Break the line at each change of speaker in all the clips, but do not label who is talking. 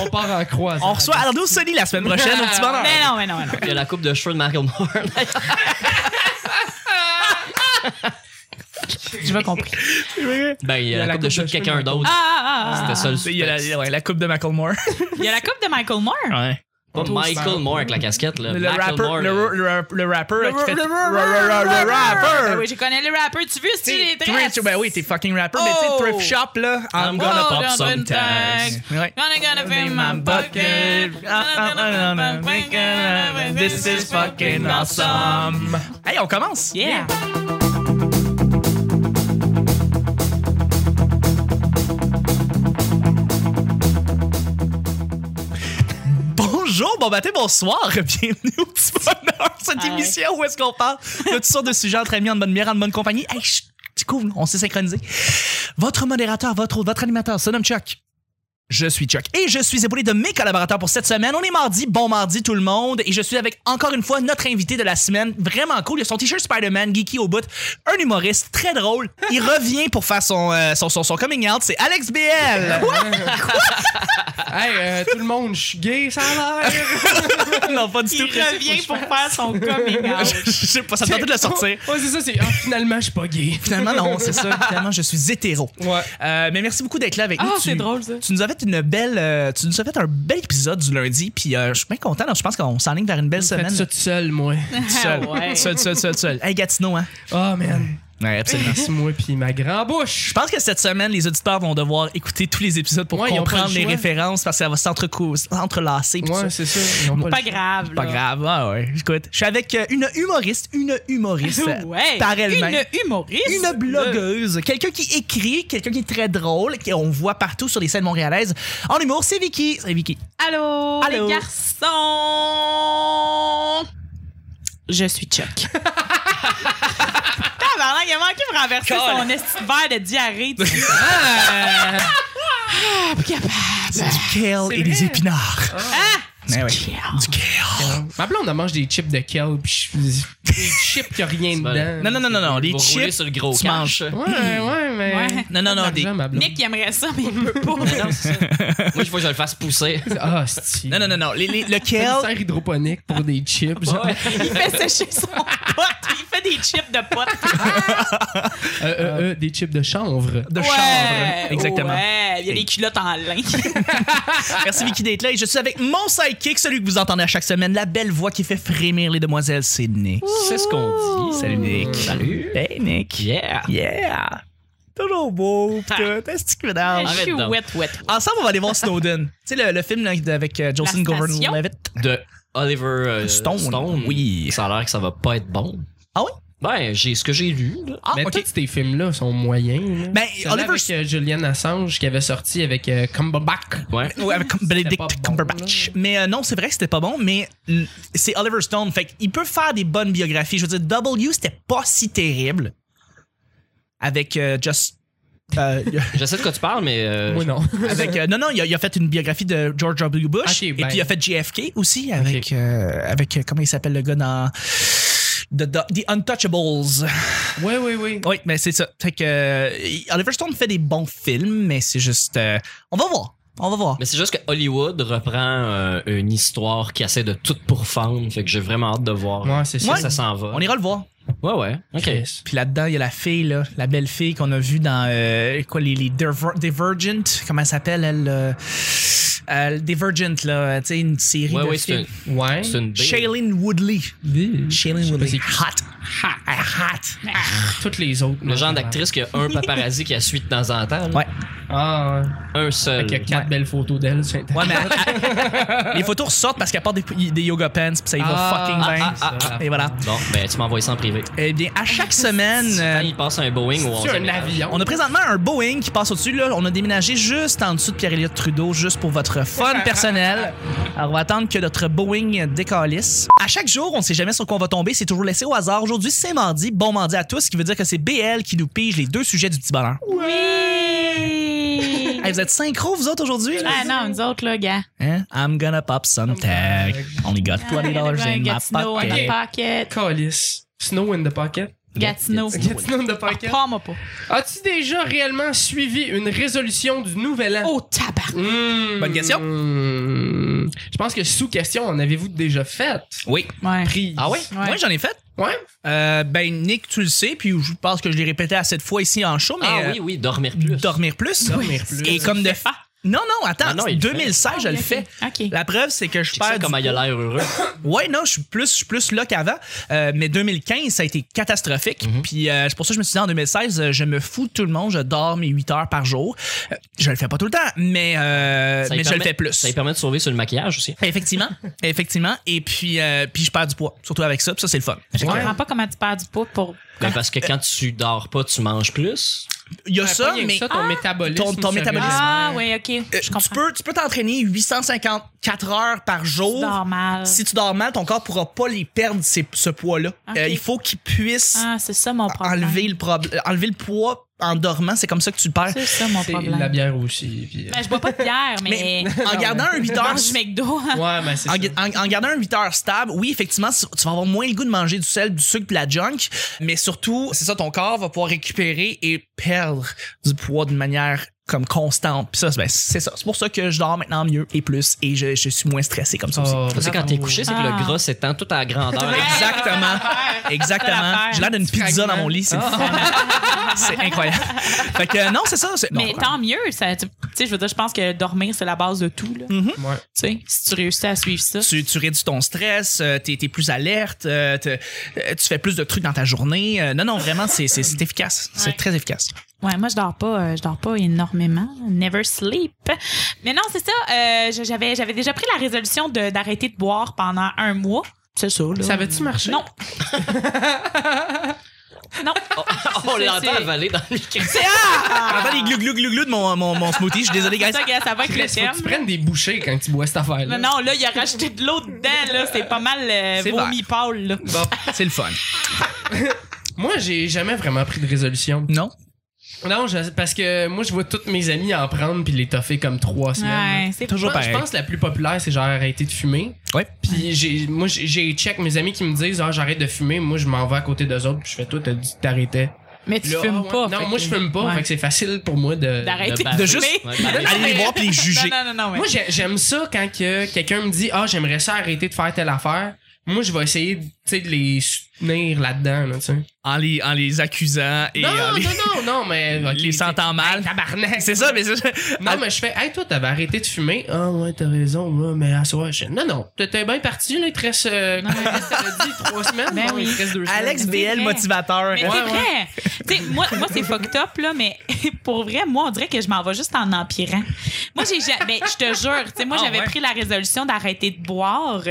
On part en croisade.
On reçoit Arnaud Soli la semaine prochaine au petit bonheur.
Mais non, mais non, mais non.
Il y a la coupe de cheveux de Mario Moore.
Tu vas compris.
ben,
euh,
il y a, la, coupe de cheveux de quelqu'un
Mario
d'autre.
Ah, ah, ah, ah.
C'était ça le
Il y a la,
suspense.
ouais, la coupe de Macklemore.
Il y a la coupe de Michael Moore.
Ouais.
Pas
Tout
Michael
ça.
Moore avec la casquette. Là.
Le
Michael
rapper,
Moore,
le,
là.
ro- le rap- le rapper
Le
qui fait.
le- le-
Ah, le- le-
le- Ben
rapper.
oui, je connais le rapper. Tu veux, c'est les
T'sais,
dresses.
thrift- Ben oui, t'es fucking rapper, mais
Oh.
t'es thrift shop là. I'm
I'm
gonna
Oh,
pop
dans
some
une
tags.
tag.
Ouais.
Gonna gonna fill my bucket.
Ah, This is fucking awesome. Hey, on commence.
Yeah.
Bonjour, bon matin, bonsoir. Bienvenue au petit bonheur. Cette
Hi.
émission où est-ce qu'on parle de toutes sortes de sujets entre amis, en bonne bière, en bonne compagnie. Hey, chut, tu couvres, on s'est synchronisé. Votre modérateur, votre hôte, votre animateur, se nomme Chuck. Je suis Chuck et je suis épaulé de mes collaborateurs pour cette semaine. On est mardi, bon mardi tout le monde et je suis avec encore une fois notre invité de la semaine, vraiment cool, il a son t-shirt Spider-Man geeky au bout, un humoriste très drôle. Il revient pour faire son euh, son, son, son coming out, c'est Alex BL.
Hey, euh, tout le monde, je suis gay, ça a l'air.
non, pas du
Il
tout.
revient pour faire son coming out.
Je sais pas, ça tentait de le sortir.
Ouais, c'est ça, c'est. Ah, finalement, je suis pas gay.
Finalement, non, c'est ça. Finalement, je suis hétéro.
Ouais.
Euh, mais merci beaucoup d'être là avec
Ah,
nous.
c'est
Tu-
drôle, ça.
Tu nous as fait une belle, euh, tu nous as fait un bel épisode du lundi, puis euh, je suis bien content. donc Je pense qu'on s'enligne vers une belle
Faites
semaine.
ça tout seul, moi.
Tout seul,
Ah ouais.
Tout seul, tout seul, tout seul, tout seul. Hey Gatineau, hein.
Oh, man.
Ouais, absolument.
C'est moi puis ma grand-bouche.
Je pense que cette semaine, les auditeurs vont devoir écouter tous les épisodes pour
Ouais, ils ont pas
comprendre
le
les
choix.
références parce que ça va s'entrecou- s'entrelacer. puis tout ça.
Ouais, c'est ça. Ils ont
Pas
le-
grave.
Pas
là.
grave, ah ouais. Écoute, je suis avec euh, une humoriste, une humoriste
Ouais.
par elle-même.
Une humoriste.
Une blogueuse, quelqu'un qui écrit, quelqu'un qui est très drôle, qu'on voit partout sur les scènes montréalaises. En humour, c'est Vicky. C'est Vicky.
Allô,
Allô.
les garçons! Je suis Chuck. Tabarnak, il a manqué de renverser son esti de verre de diarrhée. tu sais. Ah, pas capable.
C'est du kale et Hein? des épinards.
Ah!
Mais ouais.
Kale.
Du kale.
Ma blonde, elle mange des chips de kale, pis je- des chips qui a rien
pas
dedans.
Non, non, non, non, non. Les
Vous roulez
chips.
sur le gros
tu
cash.
manges.
Moi,
Ouais, ouais, mais.
Ouais.
Non, non, non,
Pas d'argent,
des-
ma blonde.
Nick, il aimerait ça, mais il peut pas.
il faut que je le fasse pousser.
Ah, c'est.
Non, non, non, non. Les- les- le
Une
kale.
serre hydroponique pour des chips. genre.
Il fait sécher son pote. Il fait des chips de pote.
Euh, euh, euh, des chips de chanvre.
De
Ouais,
chanvre. Exactement.
Ouais, il y a des culottes en lin.
Merci Vicky d'être là. Et je suis avec mon sidekick, celui que vous entendez à chaque semaine, la belle voix qui fait frémir les demoiselles, c'est Nick.
C'est ce qu'on dit.
Salut Nick.
Oh. Salut.
Hey Nick.
Yeah.
Yeah. Toujours beau. pis tout. Est-ce que tu veux dans-
Je suis
donc.
wet, wet. Ah
Ensemble, on va aller voir Snowden. tu sais, le, le film là, avec euh, Jolson
La
Gordon
station.
Levitt.
De Oliver euh,
Stone.
Stone.
Oui.
Ça a l'air que ça va pas être bon.
Ah oui?
Ben, j'ai ce que j'ai lu. là.
Ah,
mais
ok.
tous ces films-là sont moyens. là.
Ben,
Celui
Oliver
avec euh, Julian Assange qui avait sorti avec euh, Cumberbatch.
Ouais.
Ouais, avec Cum-
euh, C'était
Benedict
pas bon,
Cumberbatch. mais euh, non, c'est vrai que c'était pas bon, mais l- c'est Oliver Stone. Fait qu'il peut faire des bonnes biographies. Je veux dire, W, c'était pas si terrible. Avec euh, Just. euh,
Je sais de quoi tu parles, mais. euh,
Moi, non.
avec, euh, non, non, il a, il a fait une biographie de George W. Bush.
Ok,
et
ben.
puis il a fait JFK aussi avec. euh, avec euh, comment il s'appelle le gars dans. The, The- The Untouchables.
ouais, ouais, ouais.
Oui, mais c'est ça. Fait que euh, Oliver Stone fait des bons films, mais c'est juste. euh, on va voir. On va voir.
Mais c'est juste que Hollywood reprend euh, une histoire qui essaie de tout pourfendre. Fait que j'ai vraiment hâte de voir.
Ouais, c'est ça.
si ça s'en va.
On ira le voir.
Ouais, ouais. Ok.
Chris.
Puis là-dedans, il y a la fille, là, la belle fille qu'on a vue dans euh, quoi, les, les Diver- Divergent. Comment elle s'appelle, elle euh, euh, Divergent, là. Tu sais, une série.
Ouais,
de
ouais, c'est
films.
une.
Ouais.
C'est une belle-
Shailene Woodley.
Mmh.
Shailene Woodley.
c'est qui.
Hot. Hot. Elle est hot.
Toutes les autres.
Le genre d'actrice qui a un paparazzi qui la suit de temps en temps. là.
Ouais.
Ah, ouais.
Un seul.
Avec euh, quatre
Ouais.
belles photos d'elle sur Internet.
Ouais, mais elle- les photos ressortent parce qu'elle porte des, des yoga pants, puis ça y va
Ah,
fucking bien.
ah, ah, ah.
Et voilà.
Bon, ben, tu m'envoies ça en privé.
Eh bien, à chaque semaine.
Quand
euh,
il passe un Boeing ou
C'est un avion.
On a présentement un Boeing qui passe au-dessus. Là, on a déménagé juste en dessous de Pierre-Éliott Trudeau, juste pour votre fun personnel. Alors, on va attendre que notre Boeing décalisse. À chaque jour, on ne sait jamais sur quoi on va tomber. C'est toujours laissé au hasard. Aujourd'hui, c'est mardi. Bon mardi à tous, ce qui veut dire que c'est BL qui nous pige les deux sujets du petit bonheur.
Oui!
Hey, vous êtes synchro, vous autres, aujourd'hui? là?
Ah non, nous autres, là, gars.
Hein? I'm gonna pop some tag. Only got $20 in my
Gatineau, in my
pocket.
pocket.
Calice. Snow in the pocket.
Gatineau.
Gatineau de Pocket.
Prends-moi pas.
As-tu déjà réellement suivi une résolution du nouvel an?
Oh, tabac.
Hmm.
Bonne question.
Hmm. Je pense que sous question, en avez-vous déjà fait?
Oui.
Ouais.
Prise.
Ah ouais?
Ouais.
Moi, j'en ai fait.
Ouais?
Euh, ben, Nick, tu le sais, puis je pense que je l'ai répété à cette fois ici en show, mais
Ah
euh,
oui, oui, dormir plus. Ah
dormir plus.
Dormir plus.
Et comme de fait. Non, non, attends,
Non, non, il le fait.
2016, je le
Ah, Ok,
fais.
OK.
La preuve, c'est que je
Check
perds.
ça
du Euh,
comme il a
poids.
l'air heureux.
Ouais, non, je suis plus, je suis plus là qu'avant. Euh, mais 2015, ça a été catastrophique.
Mm-hmm.
Puis euh, c'est pour ça que je me suis dit en 2016, euh, je me fous de tout le monde, je dors mes 8 heures par jour. Euh, je le fais pas tout le temps, mais, euh,
Ça lui
mais je le
permet-
fais plus.
Ça lui permet de sauver sur le maquillage aussi.
Effectivement, effectivement. Et puis, euh, puis je perds du poids, surtout avec ça. Puis ça, c'est le fun.
Je
Ouais.
comprends pas comment tu perds du poids pour.
Euh,
Ben, parce que quand tu dors pas, tu manges plus.
Il y a
Ouais,
ça,
pas rien que
mais
ça, Ah! ton métabolisme.
ton- ton
se
métabolisme.
réduit.
Ah, oui, OK.
euh,
Je
tu
comprends.
peux tu peux t'entraîner 854 heures par jour.
C'est normal.
Si tu dors mal, ton corps pourra pas les perdre ces- ce poids-là.
Ok.
Euh, il faut qu'il puisse
Ah, c'est ça mon problème.
enlever hein. le problème, enlever le poids en dormant. C'est comme ça que tu le perds.
C'est ça mon
C'est la
problème.
bière aussi. puis- euh.
Ben, je bois pas de bière, mais.
Mais en gardant un 8
je
heures.
mange du McDo. hein.
Ouais, mais c'est
En,
ça.
en- en gardant un 8 heures stable, oui, effectivement, tu tu vas avoir moins le goût de manger du sel, du sucre, de la junk, mais surtout, c'est ça, ton corps va pouvoir récupérer et perdre du poids d'une manière comme constante. Puis ça, c'est- ben, c'est ça. C'est pour ça que je dors maintenant mieux et plus et je, je suis moins stressé comme ça aussi.
Oh,
Tu sais, quand
bravo.
t'es couché, c'est que
Ah.
le gras s'étend tout à la grandeur.
Exactement. Exactement.
l'affaire.
J'ai l'air d'une pizza
Fragment.
dans mon lit, c'est le fun. C'est incroyable. Fait que euh, non, c'est ça. c'est-
Mais
non.
tant mieux. ça- Tu tu sais, je veux dire, je pense que dormir, c'est la base de tout. Là. Tu
Ouais.
sais, si tu réussis à suivre ça.
Mm-hmm. tu, tu réduis ton stress, euh, t'es es plus alerte, euh, te- euh, tu fais plus de trucs dans ta journée. Euh, non, non, vraiment, c'est c'est- c'est efficace. C'est
Ouais.
très efficace.
Ouais, moi je dors pas, euh, je dors pas énormément, never sleep. Mais non, c'est ça, euh, je- j'avais j'avais déjà pris la résolution de- d'arrêter de, boire pendant un mois. C'est ça là.
Ça avait-tu marché?
Non. non.
On l'entend
c'est-
avaler dans le micro.
C'est ah!
J'entends les glou glou glou glou de mon, mon, mon smoothie. Je suis désolé, guys.
Ça, gars, ça va avec le
Chris, faut que tu
terme.
prennes des bouchées quand tu bois cette affaire-là.
Non, non, là, il a rajouté de l'eau dedans, là. C'est pas mal euh,
C'est
vomi Paul, là.
Bon.
C'est le fun.
Moi, j'ai jamais vraiment pris de résolution.
Non?
Non, je- parce que moi, je vois tous mes amis en prendre puis les toffer comme trois semaines.
Ouais, c'est
Toujours
Je pense- je
pareil.
pense que la plus populaire, c'est genre arrêter de fumer.
Ouais.
Puis j'ai, moi, j'ai- j'ai check mes amis qui me disent, ah, j'arrête de fumer. Moi, je m'en vais à côté d'eux autres puis je fais tout, t'as dit que t'arrêtais.
Mais tu
Là,
fumes
ah, ouais.
pas.
Non,
fait
moi,
que-
je fume pas.
Ouais.
Fait que c'est facile pour moi de.
D'arrêter
De
de,
baver.
fumer.
Juste- ouais, baver.
Allez les voir puis les juger.
Non, non, non, non.
Moi, j'ai- j'aime ça quand que quelqu'un me dit, ah, j'aimerais ça arrêter de faire telle affaire. Moi, je vais essayer, tu sais, de les soutenir là-dedans, là, tu sais.
En les, en les accusant et
non,
en les,
non, non, non, mais. ok, t'es-
les sentant mal.
Tabarnak.
C'est ça, mais c'est
Non, mais je fais, hey, toi, t'avais arrêté de fumer. Ah, ouais, t'as raison, moi, mais à soir, je... Non, non, t'es t'es bien parti, là, il te reste, euh,
Non, mais-
t'as dit trois semaines,
Ben
non, il
oui.
te reste deux
Alex
semaines.
BL
vrai.
motivateur.
Mais
hein.
c'est
Ouais,
vrai. Tu sais, moi, moi c'est fucked up, là, mais pour vrai, moi, on dirait que je m'en vais juste en empirant. Moi, j'ai jamais. Je te jure, tu sais, moi,
Ah,
j'avais
ouais.
pris la résolution d'arrêter de boire.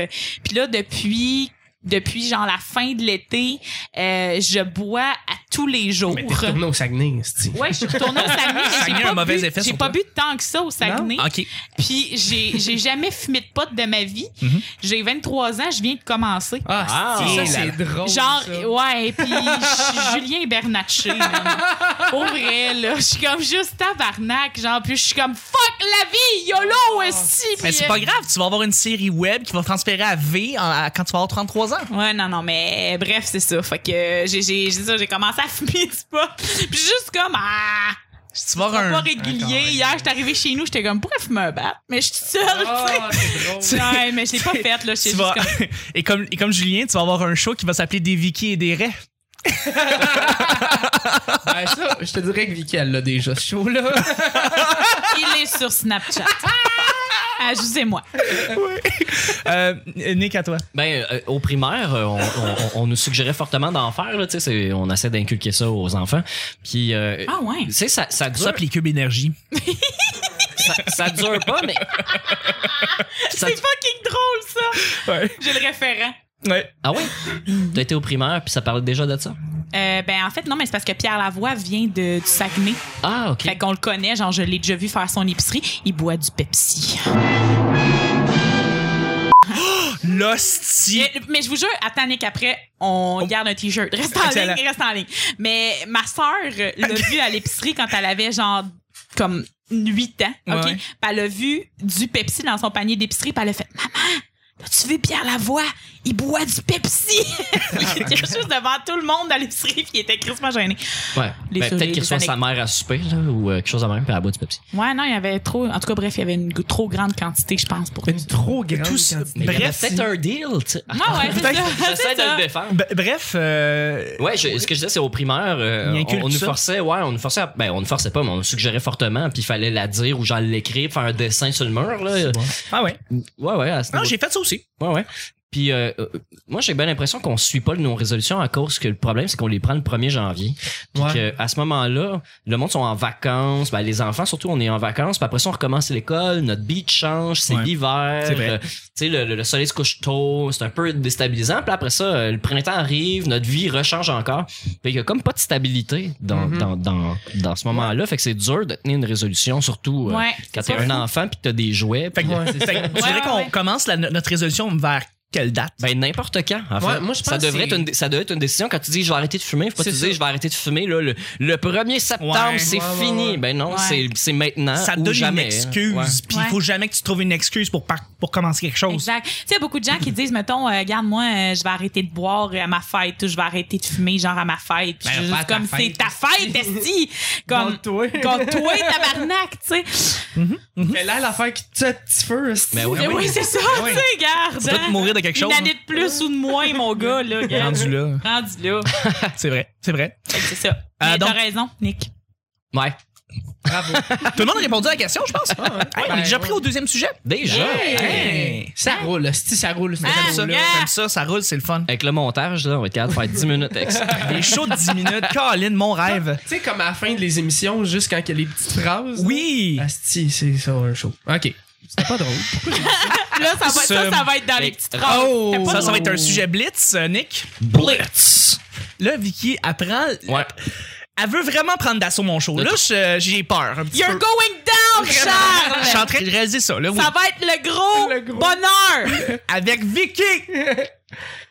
Puis là, depuis. Depuis genre la fin de l'été, euh, je bois à tous les jours.
Mais t'es retourné au Saguenay, cest
Ouais, je suis retournée au Saguenay. mais j'ai
Saguenay a
pas
un mauvais
bu-
effet
J'ai
sur
pas
toi.
bu tant que ça au Saguenay.
OK.
Puis j'ai j'ai jamais fumé de pote de ma vie.
Mhm.
J'ai 23 ans, je viens de commencer.
Ah, c'est-
Ah,
ça,
là,
c'est drôle.
Genre,
ça.
ouais, puis je suis Julien Bernatchez, man. Au vrai, là. Je suis comme juste tabarnak, genre, puis je suis comme fuck la vie, YOLO, aussi.
Ah, Mais Eh, c'est pas grave, tu vas avoir une série web qui va transférer à V en- à- quand tu vas avoir 33 ans.
Ouais, non, non, mais euh, bref, c'est ça. Fait que euh, j'ai, j'ai, c'est ça, j'ai commencé à fumer du pot. Puis juste comme, ah!
Tu vas avoir
Pas
un...
régulier.
Encore,
Hier, j'étais arrivée chez nous, j'étais comme, pourquoi fumer un bat? Mais je suis toute seule,
Ah, c'est drôle.
tu sais. Ouais, mais je l'ai pas faite, là.
tu
J'étais juste
vas-
comme,
et, comme, et comme Julien, tu vas avoir un show qui va s'appeler Des Vicky et des Raies.
Ben, ça, je te dirais que Vicky, elle l'a déjà, ce show-là.
il est sur Snapchat. Ajusez-moi.
Euh, Nick, à toi.
Ben, euh, au primaire, euh, on, on- on nous suggérait fortement d'en faire. Là, tu sais, c'est- on essaie d'inculquer ça aux enfants. Puis, euh,
Ah ouais.
tu sais, ça, ça dure.
Ça, puis les cubes énergie.
ça, ça dure pas, mais. Ça-
C'est fucking drôle, ça.
Ouais.
J'ai le référent.
Ouais.
Ah oui? T'as été au primaire, puis ça parlait déjà de ça?
Euh, ben en fait non mais c'est parce que Pierre Lavoie vient de, du Saguenay.
Ah, OK.
Fait qu'on le connaît, genre je l'ai déjà vu faire son épicerie, il boit du Pepsi.
L'hostie.
Mais, Euh, mais je vous jure, attends Nick, après on garde un t-shirt. Reste en
Excellent.
ligne, reste en ligne. Mais ma sœur euh, l'a vu à l'épicerie quand elle avait genre comme 8 ans, OK
Ouais.
Puis elle a vu du Pepsi dans son panier d'épicerie, puis elle a fait "Maman, T'as-tu vu Pierre Lavoie? Il boit du Pepsi! il était juste devant tout le monde dans l'épicerie, puis il était crissement gêné.
Ouais.
Les
Ben,
souris,
peut-être
les
qu'il reçoit sa mère à souper, là, ou euh, quelque chose de même, puis à bout du Pepsi.
Ouais, non, il y avait trop. En tout cas, bref, il y avait une g- trop grande quantité, je pense, pour
Une trop grande
Tous-
quantité.
Mais il y avait
Bref,
peut-être
si-
un deal, tu sais.
Ouais, Ah ouais, c'est
Peut-être.
ça.
J'essaie
c'est
de
ça.
le défendre.
B- bref, euh,
Ouais, je- ce que je disais, c'est au primaire, euh,
Il
on,
inculque
on nous
ça.
forçait, ouais, on nous forçait, à- ben on nous forçait pas, mais on nous suggérait fortement, puis il fallait la dire ou genre l'écrire, faire un dessin sur le mur, là.
ah ouais.
Ouais, ouais, à ce
Non,
niveau-
j'ai fait ça aussi.
ouais, ouais. Puis euh, euh, moi, j'ai bien l'impression qu'on suit pas nos résolutions à cause que le problème, c'est qu'on les prend le 1er janvier. Puis
Ouais.
que, à ce moment-là, le monde sont en vacances, ben, les enfants surtout, on est en vacances, puis après ça, on recommence l'école, notre beat change, c'est
Ouais.
l'hiver,
C'est vrai.
euh, tu sais, le, le- le soleil se couche tôt, c'est un peu déstabilisant, puis après ça, euh, le printemps arrive, notre vie rechange encore. Fait qu'il y a comme pas de stabilité dans,
Mm-hmm.
Mhm.
dans, dans, dans ce moment-là, fait que c'est dur de tenir une résolution, surtout euh,
Ouais,
quand
c'est
t'es
pas
un
fou.
enfant puis que t'as des jouets.
Fait
puis-
que,
Ouais, c'est
fait que
ça.
tu
Ouais,
dirais
ouais,
qu'on
ouais.
commence la- notre résolution vers quelle date?
Ben, n'importe quand, en fait.
Ouais, moi, je pense
ça, devrait
que c'est-
être une, dé- ça doit être une décision. Quand tu dis je vais arrêter de fumer, faut pas
C'est
que tu
ça.
dis je vais arrêter de fumer là, le, le 1er septembre,
Ouais.
c'est
Ouais, ouais,
fini.
ouais.
Ben non,
Ouais.
c'est- c'est maintenant.
ça te
hein, ou
donne
jamais.
une excuse,
Ouais.
puis il
Ouais.
faut jamais que tu trouves une excuse pour, par- pour commencer quelque chose.
Exact. Tu sais, il y a beaucoup de gens qui disent, mettons, euh, regarde, moi, euh, je vais arrêter de boire à ma fête ou je vais arrêter de fumer, genre à ma fête. Puis
Ben,
je suis
pas à
juste
ta
comme, c'est
fête.
ta fête, esti! Comme,
toi.
comme toi, tabarnak, tu sais.
Mais là, l'affaire qui te tue à petit Ben feu, c'est-
Mais
Ben
oui.
Mais Ben oui, c'est ça,
Ouais.
tu sais, garde. hein.
Faut tout mourir de quelque chose,
Une année de plus ou de moins, mon gars, là. regarde.
Rendu là.
Rendu là.
C'est vrai, c'est vrai.
Fait que C'est ça.
Euh,
Mais
donc-
t'as raison, Nick.
Ouais.
Bravo.
Tout le monde a répondu à la question, je pense.
Ah,
Hey, on
Ben,
est déjà pris
ouais.
au deuxième sujet.
Déjà. hein.
Yeah.
Hey.
Ça roule, si ça roule.
Ah,
ça
Ça,
roule.
yeah.
Comme ça, ça roule, c'est le fun.
Avec le montage, là, on va être capable de faire 10 minutes avec ça.
Des shows de 10 minutes. Colin, mon rêve.
Tu sais, comme à la fin des émissions, juste quand il y a les petites phrases.
Oui.
là. Asti, c'est ça, un show. OK. C'était pas drôle.
Là, ça va, ça,
Ce-
ça va être dans
Mais-
les petites phrases.
Oh!
C'était pas
Ça, ça va
drôle.
être un sujet blitz, euh, Nick.
Blitz!
Là, Vicky apprend.
Ouais.
Elle veut vraiment prendre d'assaut mon show. Là, je- j'ai peur. un petit
You're
peu.
going down,
Je suis en
Charles!
train de réaliser ça, là, oui.
Ça va être le gros,
Le gros.
bonheur!
Avec Vicky!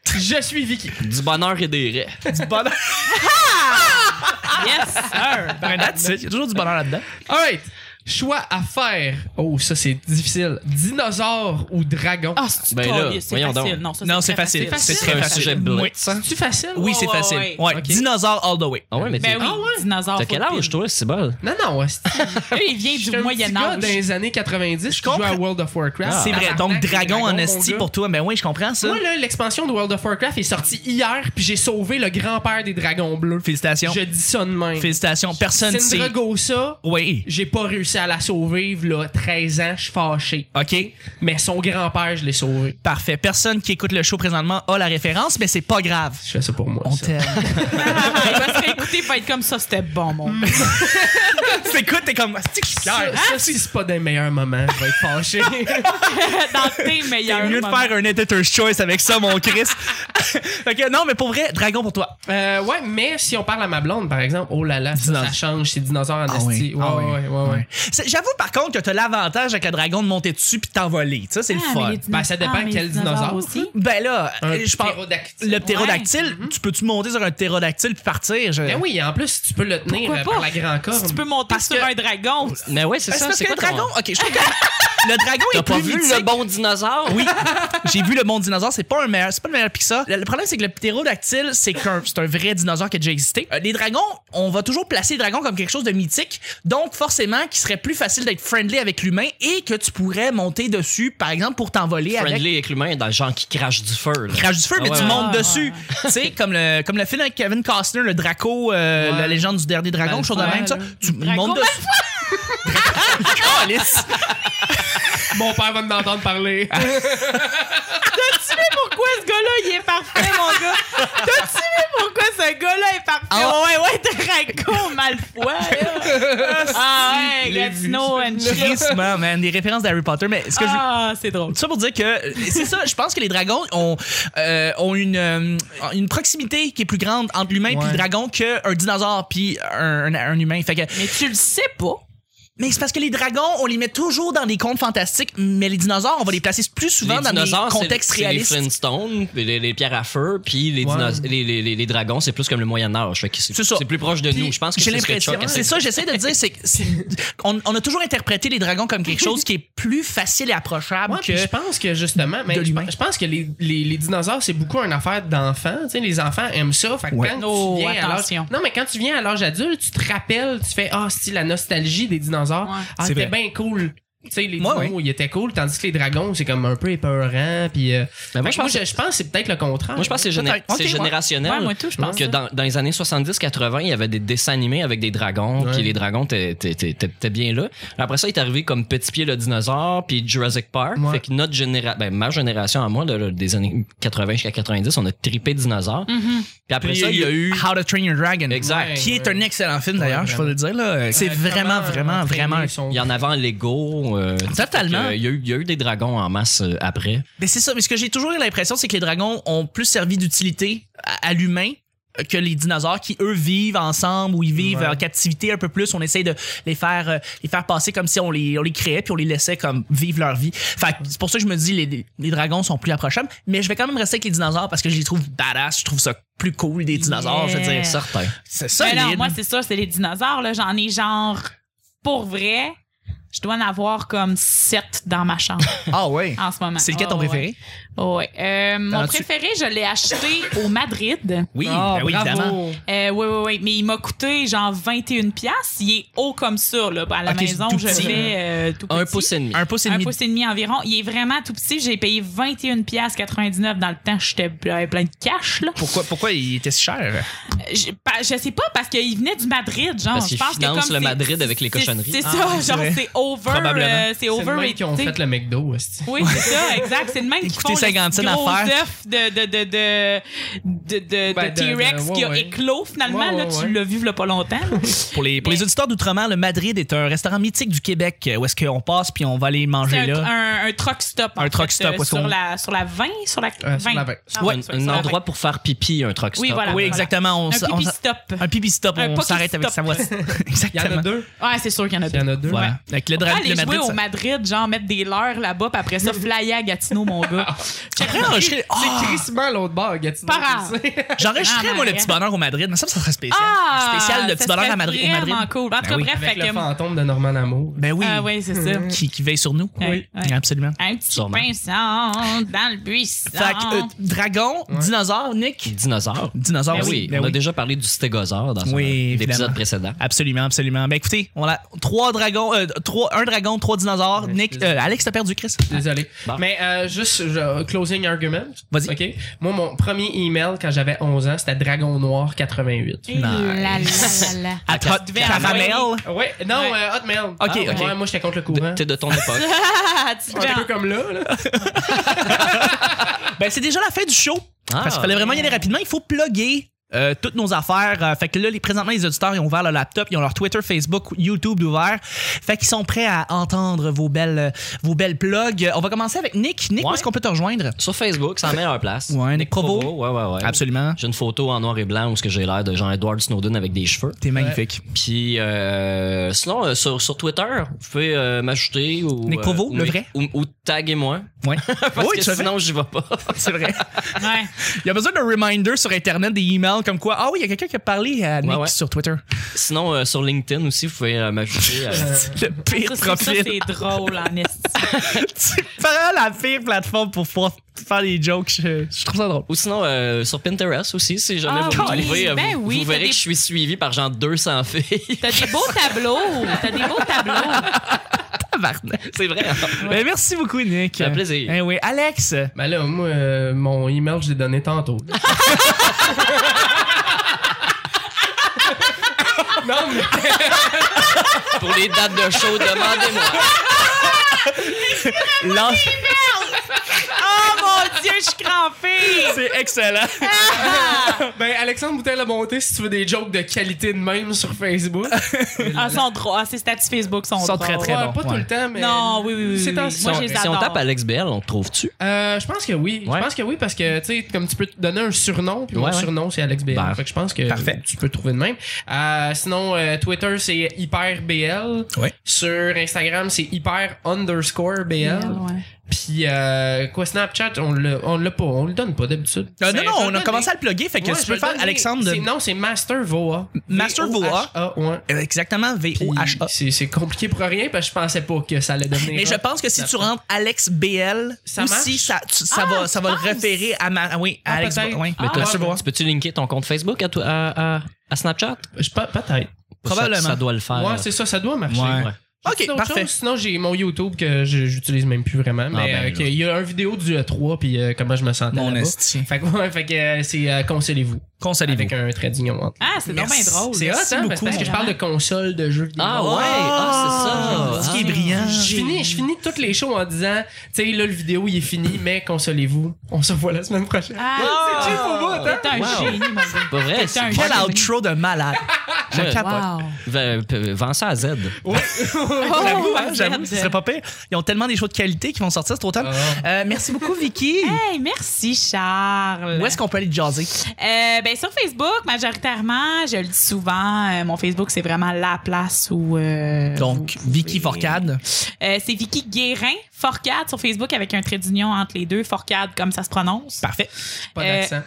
Ben,
Je suis Vicky.
Du bonheur et des raies.
Du bonheur.
Ah, Yes, sir!
Ben, that's it. Il y a toujours du bonheur là-dedans.
Alright. Choix à faire. Oh, ça, c'est difficile. Dinosaure ou dragon?
Ah, c'est
Ben là,
collier, c'est
voyons
facile.
donc. Ah,
Non, ça,
Non, c'est
très
facile. C'est
C'est
très
un
facile.
sujet
Oui.
blitz, ça?
C'est facile?
Oui,
Ouais,
c'est
ouais,
facile.
ouais.
Ouais,
Ok.
Dinosaure all the way.
Ah ouais, mais t'es-
Ben oui,
Ah ouais?
dinosaure.
T'as quel
faut le
âge,
pire.
toi, c'est bon?
Non, non, asti.
Eux, ils viennent
J'étais
du
un petit
Moyen
gars
Âge.
dans les années 90 je
comprends.
jouais à World of Warcraft.
Ah.
C'est vrai.
Tabarnak,
Donc,
les
dragon
dragons,
en
mon
esti
gars.
pour toi. Ben oui, je comprends ça.
Moi, là, l'expansion de World of Warcraft est sortie hier, puis j'ai sauvé le grand-père des dragons bleus.
Félicitations.
Je dis ça de même.
Félicitations. Personne sait.
Sindra Gosa,
Oui.
j'ai pas réussi à la sauver, là, 13 ans, je suis fâché.
OK.
Mais son grand-père, je l'ai sauvé.
Parfait. Personne qui écoute le show présentement a la référence, mais c'est pas grave.
Je fais ça pour moi.
On
ça.
t'aime.
Ah, Il va se faire écouter, il va être comme ça, c'était bon, mon gars.
T'écoutes, t'es comme. Ah, C'est que je suis
Ça,
Ah,
fier.
ça, si c'est pas des meilleurs moments, je vais être fâché.
Dans tes meilleurs.
T'es mieux de
moments.
faire un editor's choice avec ça, mon Chris. Fait que non, mais pour vrai, dragon pour toi.
Euh, ouais, mais si on parle à ma blonde, par exemple, oh là là, ça,
Dinosaure.
ça change, c'est dinosaure en esti. Ouais, ouais, ouais, ouais, ouais.
C'est- J'avoue par contre que t'as l'avantage avec le dragon de monter dessus puis de t'envoler. Ça, c'est le
Ah,
fun.
mais les
Ben, ça dépend
dinosaures, mais
quel
les dinosaures
dinosaure.
aussi.
Ben là,
Un
je pense.
ptérodactyle.
Le ptérodactyle, tu peux-tu monter sur un ptérodactyle puis partir? Je-
Ben oui, en plus, tu peux le tenir
Pourquoi
euh,
pas?
par la grand corps.
Si tu peux monter
Parce
sur
que-
un dragon.
Mais ouais, c'est
Ah, C'est
ça.
parce
C'est
que
quoi
le dragon.
ton-
Ok, je trouve que le dragon est
T'as pas
plus
vu
mythique.
le bon dinosaure?
Oui, j'ai vu le bon dinosaure, c'est pas un meilleur, c'est pas le meilleur Pixar. Le, le problème c'est que le ptérodactyle, c'est qu'un c'est un vrai dinosaure qui a déjà existé. Euh, les dragons, on va toujours placer les dragons comme quelque chose de mythique, donc forcément qui serait plus facile d'être friendly avec l'humain et que tu pourrais monter dessus par exemple pour t'envoler
Friendly
avec
avec, l'humain, dans le genre qui crache du feu. là.
crache du feu, mais
Ah ouais,
tu
ouais.
montes
Ah,
dessus. Tu sais, comme le, comme le film avec Kevin Costner, le Draco, euh,
Ouais.
la légende du dernier dragon,
Malfoy,
chose de même, ça.
là.
Tu
Draco
montes dessus. Calice.
Mon père va m'entendre parler.
T'as-tu vu pourquoi ce gars-là, il est parfait, mon gars? T'as-tu vu pourquoi ce gars-là est parfait?
Ah
ouais, ouais, dragon, malfoy. là. ah ouais,
l'ai vu.
Gatineau and shit.
Tristement, man, des références d'Harry Potter, mais ce que je
Ah, c'est drôle.
Tout ça pour dire que c'est ça, je pense que les dragons ont, euh, ont une, euh, une proximité qui est plus grande entre l'humain et
Ouais.
le dragon qu'un dinosaure puis un, un- un humain. Fait que
Mais tu le sais pas.
Mais c'est parce que les dragons, on les met toujours dans des contes fantastiques, mais les dinosaures, on va les placer plus souvent
les
dans des
dinosaures, c'est-
contextes
c'est
réalistes.
Les Flintstones, les, les- les pierres à feu, puis les,
Ouais.
dinos- les, les- les- les dragons, c'est plus comme le Moyen-Âge.
C'est ça.
C'est plus proche de
Puis,
nous. Je pense que
j'ai
c'est ce que
l'impression.
Chuck essaie
C'est ça, j'essaie de dire, c'est que c'est- on, on a toujours interprété les dragons comme quelque chose qui est plus facile et approchable
Moi,
que.
je pense que justement, mais
de
je,
l'humain.
je pense que les, les- les dinosaures, c'est beaucoup une affaire d'enfant. Tu sais, les enfants aiment ça. Fait que
Ouais.
quand
Oh,
tu viens à l'âge-
attention.
Non, mais quand tu viens à l'âge adulte, tu te rappelles, tu fais Ah, c'est la nostalgie des dinosaures.
Ouais.
Ah,
C'est
c'était
vrai.
bien cool. Tu sais, les
Ouais,
dinos, ils étaient cool, tandis que les dragons, c'est comme un peu épeurant. Puis, euh,
Mais moi,
fait que
je
moi,
pense-
je, je pense que c'est peut-être le contraire.
Moi, je pense que c'est géné-
Peut-être.
c'est
Ok, ouais.
générationnel.
Ouais, moi tout, je pense.
que
ça.
dans, dans les années 70-80, il y avait des dessins animés avec des dragons,
Ouais.
puis les dragons étaient- étaient étaient- étaient bien là. Après ça, il est arrivé comme Petit Pied le dinosaure, puis Jurassic Park.
Ouais.
Fait que notre génération, ben, ma génération à moi, là, là, des années 80 jusqu'à 90, on a tripé dinosaures.
Mm-hmm.
Mhm.
Puis après ça, il y a eu.
How to Train Your Dragon.
Exact.
Qui est un excellent film d'ailleurs,
Ouais,
je peux le dire là. C'est
Euh,
vraiment,
comment
vraiment,
entraîner
vraiment. un-
son-
Il y en avait en Lego. euh,
Totalement.
fait que, euh, Il y, a eu- il y a eu des dragons en masse euh, après.
Mais c'est ça. Mais ce que j'ai toujours eu l'impression, c'est que les dragons ont plus servi d'utilité à, à l'humain euh, que les dinosaures qui eux vivent ensemble ou ils vivent
Ouais.
en captivité un peu plus on essaye de les faire euh, les faire passer comme si on les on les créait puis on les laissait comme vivre leur vie fait que c'est pour ça que je me dis les, les dragons sont plus approchables mais je vais quand même rester avec les dinosaures parce que je les trouve badass je trouve ça plus cool des dinosaures Ah, je veux
Yeah.
dire ça
Certains.
c'est
Mais
solide
non, moi, c'est sûr, c'est les dinosaures. là. J'en ai genre, pour vrai, je dois en avoir comme sept dans ma chambre
ah ouais
en ce moment.
c'est lequel ton
Ah Ouais, ouais,
préféré
ouais. Ouais. Euh, mon
T'en as-tu-
préféré, je l'ai acheté au Madrid.
oui
Ah,
ben oui
bravo.
évidemment
Euh, oui, oui, oui. Mais il m'a coûté genre 21 pièces. Il est haut comme ça, là. À la
Ok, c'est
maison,
tout
je
petit.
l'ai euh, tout petit.
Un pouce et demi.
un pouce et
Un
demi
pouce et demi environ. Il est vraiment tout petit. J'ai payé 21 pièces 99 dans le temps. J'étais j'avais plein de cash, là.
pourquoi pourquoi il était si cher
Je, pa- je sais pas, parce qu'il venait du Madrid, genre.
Parce
je
qu'il
pense que
finance
comme c'est-
le Madrid avec les
c'est-
cochonneries.
C'est
Ah, ouais, c'est
ça, genre,
vrai.
c'est over.
Probablement.
euh, c'est
C'est le même
overrated.
qui ont fait le McDo. hostie.
Oui, c'est ça, exact. C'est le même qui
Écoutez,
font le
50
petit
cents à
gros
faire.
œuf de, de, de, de, de, de,
Ben, de-
de
de-
T-Rex qui a
ouais, ouais.
éclos, finalement.
Ouais, ouais,
là,
ouais.
tu l'as vu il y a pas longtemps. là.
Pour les, pour
Mais-
les auditeurs d'outre-mer, le Madrid est un restaurant mythique du Québec euh, où est-ce qu'on passe puis on va aller
C'est
manger
un,
là.
un, un truck stop. en
Un truck
fait,
stop,
euh,
parce qu'on-
sur, la, sur la 20, sur la
Euh,
20.
sur la vingt.
Ah,
Ouais,
ouais, sur-
un
sur la
endroit
20.
pour faire pipi, un truck stop.
Oui, voilà.
oui,
un-
exactement. On, s-
Un
on
pipi
s-
stop.
un pipi stop,
Un
on
pocket
s'arrête avec sa
stop.
voix.
Il y en
exactement.
a deux.
Ouais, c'est sûr qu'il y en a
Il y en
deux.
a deux.
Voilà. Avec le, dra-
Aller
le
jouer
Madrid.
au
ça-
Madrid, genre mettre des leurs là-bas, puis après ça, flyer à Gatineau, mon gars.
J'aurais enregistré, Ah!
C'est crissement l'autre bord, Gatineau.
Pas grave.
tu le sais.
J'enregistrerais,
Ah,
moi, le
Maria.
petit bonheur au Madrid. Mais ça, ça serait spécial. Un spécial, le
Ah, ça
petit bonheur
serait
à Madrid, au
vraiment
Madrid.
cool. En tout cas,
Ben oui.
bref, fait
Avec le
que.
fantôme de Norman Amour.
Ben oui.
Ah, ouais, c'est ça.
Qui, qui veille sur nous.
Ouais, ouais.
Absolument.
Un petit
Sûrement.
pinceau dans le buisson.
Fait que, euh, dragon, dinosaure, Nick.
Dinosaure.
Dinosaure,
Ben
aussi.
oui,
Ben
on a déjà parlé du stégosaure dans
Oui,
un
évidemment.
épisode précédent.
Absolument, absolument. Ben écoutez, on a trois dragons, euh, trois, un dragon, trois dinosaures.
Ouais,
Nick,
excuse-moi.
euh, Alex, t'as perdu, Chris.
Désolé.
Bon.
Mais euh, juste je- closing argument.
Vas-y.
OK. Moi, mon premier email quand j'avais 11 ans, c'était Dragon Noir 88.
Et là, là, là, là.
À
Ca-
tra-
devais
caramel.
envoyer-
Ouais, non,
Ouais.
euh, Hotmail. Ok,
ok.
moi, j'étais contre le
De-
courant.
T'es de ton époque.
Ah, tu
Un peu
te
comme là, là.
Ben, c'est déjà la fin du show.
Ah.
Parce qu'il fallait vraiment y aller rapidement. Il faut plugger. euh, toutes nos affaires. Euh, fait que là, les, présentement, les auditeurs, ils ont ouvert leur laptop, ils ont leur Twitter, Facebook, YouTube d'ouvert. Fait qu'ils sont prêts à entendre vos belles, euh, vos belles plugs. Euh, On va commencer avec Nick. Nick, où
Ouais.
est-ce qu'on peut te rejoindre?
Sur Facebook, c'est la meilleure place.
Ouais, Nick Provo.
Ouais, ouais, ouais.
Absolument.
J'ai une photo en noir et blanc où ce que j'ai l'air de Jean-Edward Snowden avec des cheveux.
T'es magnifique.
Puis euh, sinon, euh, sur, sur Twitter, vous pouvez euh, m'ajouter ou.
Nick Provo,
euh,
le
oui,
vrai?
Ou, ou taguer-moi.
Ouais.
Parce
Oui,
que
tout à fait.
sinon, j'y vais pas.
C'est vrai.
Ouais.
Il y a besoin d'un reminder sur Internet, des emails comme quoi, ah oui, il y a quelqu'un qui a parlé à Nick
Ouais, ouais.
sur Twitter.
Sinon, euh, sur LinkedIn aussi, vous pouvez euh, m'ajouter. euh,
Le pire
Ça, c'est- ça,
profil.
c'est drôle en esti.
tu prends la pire plateforme pour pouvoir faire des jokes. Je, je trouve ça drôle.
Ou sinon, euh, sur Pinterest aussi, si jamais
Ah
vous me
oui,
trouvez, euh,
ben
vous,
oui,
vous
t'as
verrez
des-
que je suis suivi par genre 200 filles.
T'as des beaux tableaux. T'as des beaux tableaux.
Tabarnak.
c'est vrai. hein?
Ben, merci beaucoup, Nick.
Ça fait plaisir.
Eh oui, Alex.
Ben là, moi, euh, mon email, je l'ai donné tantôt.
Ah.
non, mais
Pour les dates de show, demandez-moi.
Lance-
Oh mon Dieu, je suis crampée.
Ah, C'est excellent.
Ah,
Ben, Alexandre Boutin l'a monté si tu veux des jokes de qualité de même sur Facebook.
Ah, sont drôles. Ah, ces statuts Facebook sont
Sont
drôles.
très, très-
Ouais,
bon,
pas tout
ouais.
le temps, mais.
Non, oui, oui, oui.
C'est
oui.
un-
Moi,
si
on-
je les
si on
adore. Ah,
tape Alex Bell, on le trouve-tu?
Euh, je pense que oui.
Ouais.
Je pense que oui parce que tu sais comme tu peux te donner un surnom puis
Ouais,
mon
ouais.
surnom c'est Alex BL.
Ben,
fait que je pense que
parfait.
tu peux te trouver de même. Euh, sinon euh, Twitter c'est hyper BL.
Ouais.
Sur Instagram c'est hyper underscore BL.
Ouais.
Puis euh, quoi Snapchat on l'a on l'a pas on le donne pas d'habitude.
Euh,
C'est-
non, non,
je vais
on
le
a
donner.
commencé à le plugger. Fait que
Ouais,
tu
je
peux
vais
faire
le donner.
Alexandre.
C'est-
de-
Non c'est Master Voa.
Master Voa.
Ah ouais.
Euh, Exactement,
Puis
V-O-H-A.
c'est c'est compliqué pour rien parce que je pensais pas que ça allait devenir.
Mais je pense que si tu rentres Alex BL,
Ça
aussi,
marche?
ça, tu- ça
Ah,
va, ça va le
tu penses?
référer à ma. ah Oui,
Ah,
Alex
peut-être.
Bo- oui.
Mais
Ah,
toi,
ouais,
tu-
ouais.
tu peux-tu linker ton compte Facebook à, toi- à, à- à Snapchat?
Je pe- peut-être.
Probablement.
Ça, ça doit le faire. euh,
Ouais, c'est ça, ça doit marcher.
Ouais.
Ouais.
J'ai-tu
Ok,
d'autres
parfait.
choses? Sinon, j'ai mon YouTube que je- j'utilise même plus vraiment. Mais
ben,
euh,
là.
qu'il y a une vidéo du E3 puis euh, comment je me sentais
Mon
là-bas.
esti.
Fait que, ouais, fait que euh, c'est euh, Consolez-vous.
Consolidez-vous.
Avec un trait d'union entre.
Ah, c'est donc bien
Merci.
drôle.
C'est hot,
merci
hein?
beaucoup,
Parce, parce que je
vraiment.
parle de console, de jeux vidéo.
Ah ouais, ah,
Ah,
c'est ça.
ce qui est
Ah.
brillant.
Je finis, je finis toutes les shows en disant, tu sais, là, le vidéo, il est fini, mais consolez-vous. On se revoit la semaine prochaine.
Ah,
C'est chill au bout, hein?
T'es un
Wow.
génie, mon gars.
Pas vrai.
C'est un
c'est-
Quel
Ouais.
outro de malade. Je
Ouais.
capote.
V- euh, p- Vends ça à Z.
Ouais.
J'avoue, hein,
Oh,
j'avoue,
merde.
ce serait pas pire. Ils ont tellement des shows de qualité qui vont sortir cet automne.
Ah.
Euh, merci beaucoup, Vicky.
Hey, merci Charles.
Où est-ce qu'on peut aller te jaser?
Euh, ben, sur Facebook, majoritairement, je le dis souvent, euh, mon Facebook, c'est vraiment la place où. euh,
Donc,
vous
Vicky
pouvez-
Forcade.
Euh, c'est Vicky Guérin, Forcade sur Facebook avec un trait d'union entre les deux, Forcade comme ça se prononce.
Parfait.
Pas
Euh,
d'accent.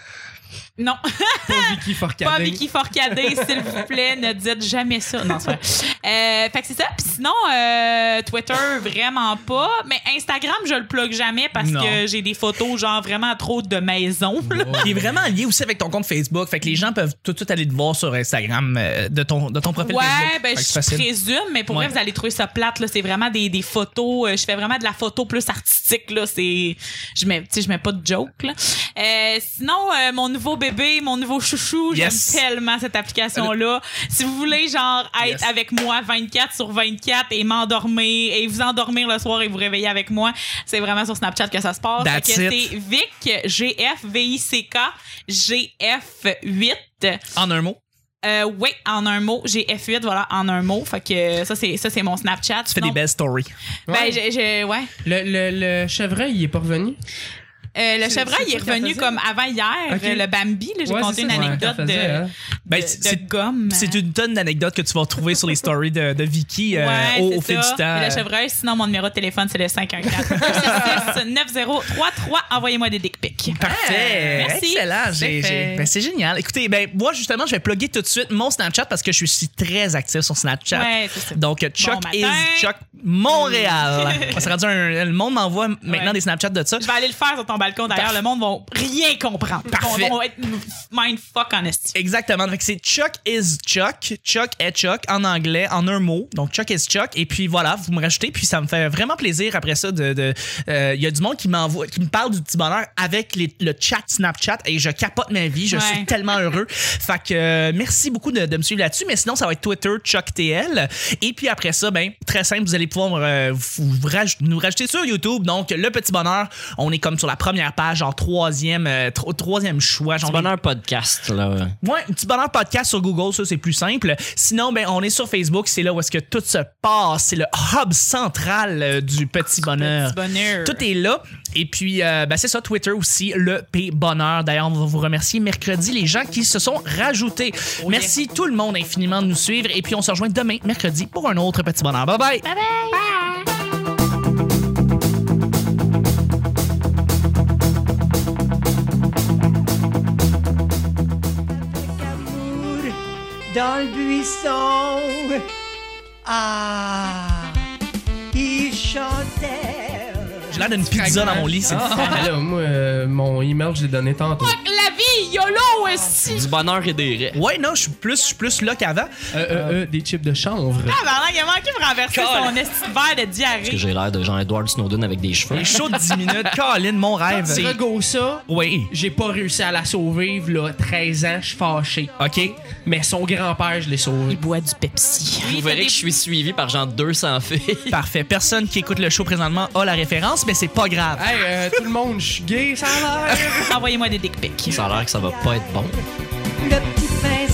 Non,
Pas Vicky Forcadé.
pas Vicky Forcadé, s'il vous plaît, ne dites jamais ça. Non, c'est vrai. Euh, fait que c'est ça. Puis sinon, euh, Twitter, vraiment pas. Mais Instagram, je le plug jamais parce
Non.
que j'ai des photos, genre, vraiment trop de maison. là.
Qui est vraiment lié aussi avec ton compte Facebook. Fait que les gens peuvent tout de suite aller te voir sur Instagram euh, de ton, de ton profil
Ouais,
Facebook. Fait
ben,
que c'est
je
facile.
présume, mais pour
Ouais.
vrai, vous allez trouver ça plate. là. C'est vraiment des, des photos. euh, je fais vraiment de la photo plus artistique. Là. C'est, je mets, tu sais, je mets pas de joke. Là. Euh, sinon, euh, mon nouveau bébé, mon nouveau chouchou,
Yes.
j'aime tellement cette application-là. Si vous voulez, genre, être
Yes.
avec moi 24 sur 24 et m'endormir et vous endormir le soir et vous réveiller avec moi, c'est vraiment sur Snapchat que ça se passe.
That's
Fait que
it.
c'est Vic, GF, V-I-C-K, GF8.
En un mot,
Euh, oui, en un mot. J'ai F8, voilà, en un mot. Fait que euh, ça, c'est, ça, c'est mon Snapchat.
tu fais
Sinon,
des belles stories.
Ben, j'ai- j'ai- ouais.
Le, le, le chevreuil, il est pas revenu.
Euh, le
C'est-
chevreuil
c'est
est
ça qu'elle
revenu
faisait?
comme avant hier,
Ok.
euh, le Bambi. là, j'ai
Ouais,
conté
c'est
une
ça, c'est
anecdote
ce qu'elle faisait,
de,
hein.
Ben,
de-
c'est-
de
c'est-
gomme.
C'est une tonne d'anecdotes que tu vas retrouver sur les stories de, de Vicky euh,
Ouais,
au,
c'est
au fil
ça.
du temps.
Mais Le chevreuil, sinon, mon numéro de téléphone, c'est le 514-266-9033. Envoyez-moi des dick pics. Ah,
Parfait.
Euh, Merci.
Excellent. J'ai-
C'est fait.
j'ai- ben, c'est génial. Écoutez, ben, moi, justement, je vais plugger tout de suite mon Snapchat parce que je suis très actif sur Snapchat.
Ouais, c'est ça.
Donc, Chuck
matin. Mm.
is Chuck Montréal. On s'est rendu un- Le monde m'envoie maintenant
Ouais.
des Snapchats de ça.
Je vais aller le faire sur ton balcon. D'ailleurs,
Parfait.
le monde va rien comprendre. Ils vont-
Parfait.
vont être mindfuck en esti.
Exactement. Fait que c'est Chuck is Chuck. Chuck est Chuck en anglais, en un mot. Donc Chuck is Chuck. Et puis voilà, vous me rajoutez. Puis ça me fait vraiment plaisir après ça. de- de- euh, Il y a du monde qui m'envoie, qui me parle du petit bonheur avec les- le chat Snapchat. Et je capote ma vie. Je
Ouais.
suis tellement heureux. Fait que euh, merci beaucoup de, de me suivre là-dessus. Mais sinon, ça va être Twitter, Chuck TL. Et puis après ça, ben très simple, vous allez pouvoir euh, vous- vous raj- nous rajouter sur YouTube. Donc le petit bonheur, on est comme sur la première page, genre troisième, euh, tro- troisième choix. Genre
Ton bonheur podcast, là.
Ouais, un petit bonheur podcast sur Google, ça c'est plus simple. Sinon, ben on est sur Facebook, c'est là où est-ce que tout se passe, c'est le hub central euh, du petit bonheur.
Petit bonheur.
Tout est là. Et puis, euh, ben, c'est ça, Twitter aussi, le P Bonheur. D'ailleurs, on va vous remercier mercredi, les gens qui se sont rajoutés.
Oh,
Merci tout le monde infiniment de nous suivre. Et puis, on se rejoint demain, mercredi, pour un autre Petit Bonheur. Bye bye!
Camour dans le buisson. Ah, il chantait.
Ah.
ben
J'ai l'air d'une pizza dans mon lit, c'est
Ah, là, moi, euh, mon email, je l'ai donné tantôt.
la vie! YOLO, esti!
Du bonheur et des raies.
Ouais, non, je suis plus, je suis plus là qu'avant.
Euh, euh, euh, des chips de chanvre.
Ah, ben, il a manqué pour renverser son esti de verre de
Parce que
diarrhée.
j'ai l'air de Jean-Edward Snowden avec des cheveux.
Un show de 10 minutes. Colin, mon rêve.
Tu regos ça,
Oui.
j'ai pas réussi à la sauver, là, 13 ans, je suis fâché.
OK.
Mais son grand-père, je l'ai sauvé.
Il boit du Pepsi.
Vous verrez que je suis suivi par genre 200 filles.
Parfait. Personne qui écoute le show présentement a la référence, mais c'est pas grave.
Hey, euh, tout le monde, je suis gay, ça a l'air.
Envoyez-moi des dick pics.
Ça a l'air que ça va pas être bon.
le petit pain